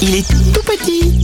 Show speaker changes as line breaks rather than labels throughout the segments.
Il est tout petit,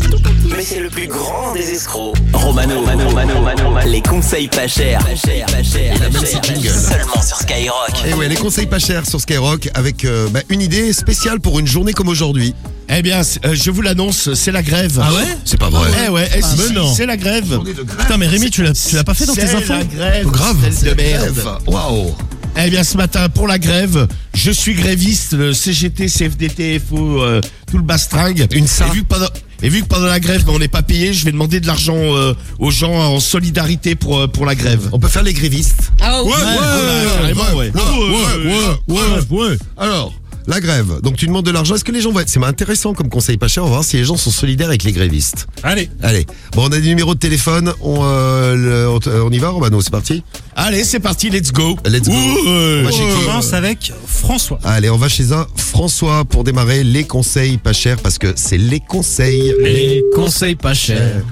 mais c'est le plus grand des escrocs. Romano, Romano, Romano, Romano. les conseils pas chers, pas chers, pas chers,
a
pas
même ses
chers,
jingles.
seulement sur Skyrock.
Et Eh ouais, les conseils pas chers sur Skyrock avec euh, bah, une idée spéciale pour une journée comme aujourd'hui.
Eh bien, c'est- euh, je vous l'annonce, c'est la grève.
Ah ouais
C'est pas vrai.
Eh ouais, eh si,
mais
si,
non.
c'est la grève.
Putain, mais Rémi, tu l'as, tu l'as pas fait dans tes
C'est
infos
la grève.
Grave.
celle de merde.
Grève. Waouh.
Eh bien, ce matin, pour la grève, je suis gréviste, le CGT, CFDT, FO, euh, tout le bastringue.
Une ça.
Et vu que pendant, et vu que pendant la grève, ben, on n'est pas payé, je vais demander de l'argent euh, aux gens en solidarité pour, euh, pour la grève.
On peut faire les grévistes.
Ah ouais,
ouais, ouais, carrément, ouais.
Ah, ouais, ouais, ouais. Alors, la grève. Donc tu demandes de l'argent. Est-ce que les gens vont être... C'est intéressant comme conseil pas cher. On va voir si les gens sont solidaires avec les grévistes.
Allez.
Allez. Bon, on a des numéros de téléphone. On, euh, le- on t- on y va, Romano. C'est parti.
Allez, c'est parti, let's go.
Let's go.
Ouais.
On va chez
On
qui
commence avec François.
Allez, on va chez un François pour démarrer les conseils pas chers parce que c'est les conseils.
Les conseils pas chers.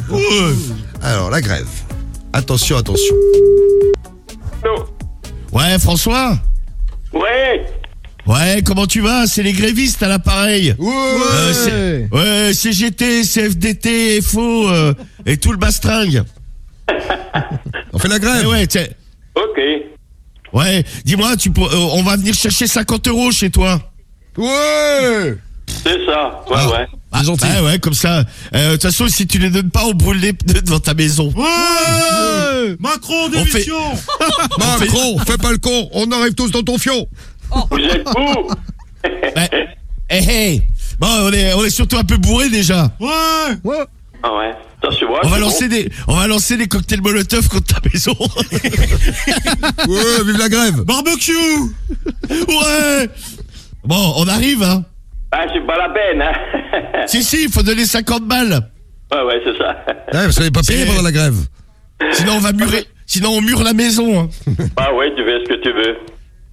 Alors, la grève. Attention, attention.
Allô
Ouais, François
Ouais
Ouais, comment tu vas C'est les grévistes à l'appareil.
Ouais,
Euh, c'est- ouais, CGT, CFDT, FO euh, et tout le bastringue.
On fait la
Eh
grève.
ouais, tiens.
Ok.
Ouais, dis-moi, tu pour- euh, on va venir chercher 50 euros chez toi.
Ouais.
C'est ça. Ouais, ouais.
Ah, gentil. Ouais, ouais, comme ça. Euh, De toute façon, si tu les donnes pas, on brûle les pneus devant ta maison.
Macron,
démission.
Macron, fais pas le con. On arrive tous dans ton fion.
Vous êtes où
Ouais. Eh, eh. Bon, on est, on est surtout un peu bourré déjà.
Ouais
Ah ouais. Ça se voit.
On va
c'est
lancer des, on va lancer des cocktails Molotov contre ta maison.
Ouais, vive la grève.
Barbecue. Ouais. Bon, on arrive, hein.
bon. Ah, c'est pas la peine, hein.
Si, si, il faut donner 50 balles.
ouais, ouais, c'est ça.
Ouais, parce qu'on n'est pas payé
C'est-
pendant la grève.
Sinon, on va murer. Sinon, on mure la maison. hein.
Ah ouais, tu fais ce que tu veux.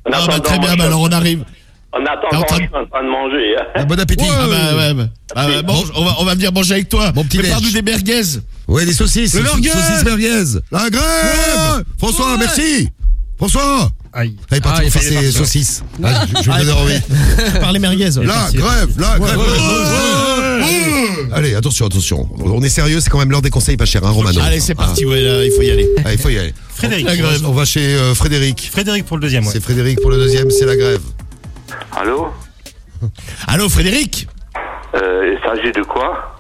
En
Ah, bah,
attendant,
très
moi,
bien,
je-
bah, alors on arrive.
En
T'es en
attendant,
train de-
je suis en train de manger. hein.
Ah, Bon appétit.
Ah bah, ouais, bah. Ah bah,
Bon.
mange, on, va, on va venir manger avec toi.
Bon petit
Prépare-nous
déj.
des merguez.
Ouais, les saucisses.
Le
les
merguez.
Saucisses merguez. La grève.
Ouais.
François,
Ouais.
merci. François.
Aïe.
Il est parti
Ah, il
pour faire
est
ses
parti, ouais.
saucisses. Ah, je, je vais me donner envie.
Par les merguez. ouais.
La grève, la grève. Allez, attention, attention. On est sérieux, c'est quand même l'heure des conseils pas chers, hein, Romano.
Allez, c'est parti, ouais, là, il faut y aller.
Ah, Allez, faut y aller.
Frédéric.
On va- On va chez euh, Frédéric.
Frédéric pour le deuxième, ouais.
C'est Frédéric pour le deuxième, c'est la grève.
Allô
Allô, Frédéric
euh, Il s'agit de quoi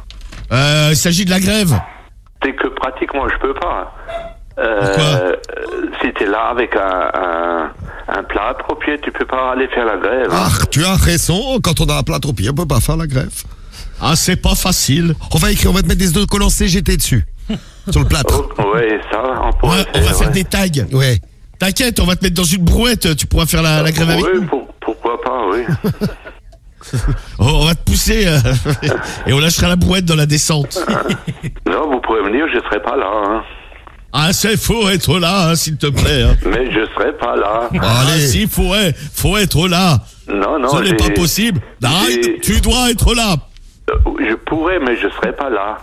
euh, Il s'agit de la grève.
C'est que pratiquement, je peux pas.
Pourquoi
Euh, si t'es là avec un, un, un plat approprié, tu peux pas aller faire la grève. hein.
Ah, tu as raison, quand on a un plat trop pire, on peut pas faire la grève.
Ah, c'est pas facile.
On va écrire, on va te mettre des autocollants CGT dessus. Sur le plâtre.
Oh, ouais, ça, on pourrait
Ah. Ouais, on va faire
ouais.
des tags.
Eh Ouais.
T'inquiète, on va te mettre dans une brouette. euh, Tu pourras faire la, la grève avec
Oui,
nous.
pour- pourquoi pas, oui.
Oh, on va te pousser euh, et on lâchera la brouette dans la descente.
Non, vous pouvez venir, je serai pas là. hein.
Ah, c'est faut être là, hein, s'il te plaît. hein.
Mais je serai pas là.
Ah,
Allez.
si, faut être, faut être là.
Non, non,
Ce n'est pas
j'ai-
possible. Arrête,
j'ai-
tu dois être là.
euh, Je pourrais, mais je serai pas là.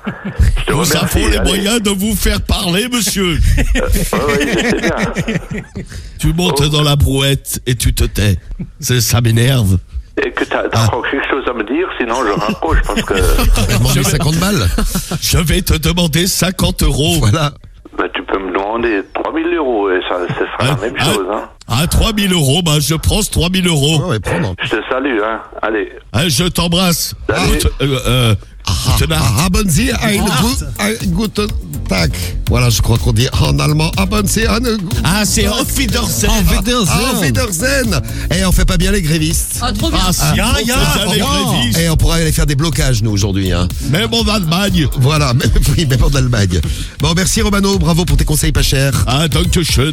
Je te
Nous
remercie,
avons les
allez.
moyens de vous faire parler, monsieur.
Ouais, ouais, je sais bien.
tu montes
Oh.
dans la brouette et tu te tais. C'est- Ça m'énerve.
Et que t'as
Ah.
t'as encore quelque chose à me dire, sinon je raccroche parce que
On va demander 50 balles.
Je vais te demander 50 euros.
Voilà.
bah, tu peux me demander 3000 euros et ça, ce sera la
Ah,
même
ah.
chose. Hein.
À 3000 euros, bah, je prends 3000 euros.
Ouais, ouais, prendre.
Je te salue, hein. Allez,
Hein, je t'embrasse.
Salut.
Gute- euh, euh, guten Nacht.
Haben Sie ein
Ah.
gu- ein guten Tag. Voilà, je crois qu'on dit en allemand. Haben Sie eine gu-
Ah, c'est Auf Wiedersehen.
Auf Wiedersehen. Eh, on fait pas bien les grévistes.
Ah, trop bien.
Ah, si,
Ya, ya,
on fait des
ah,
ya.
grévistes.
Et on pourra aller faire des blocages, nous, aujourd'hui. Hein.
Même en Allemagne.
Voilà, oui, mais pour l'Allemagne. Bon, merci Romano, bravo pour tes conseils pas chers.
Ah, danke schön.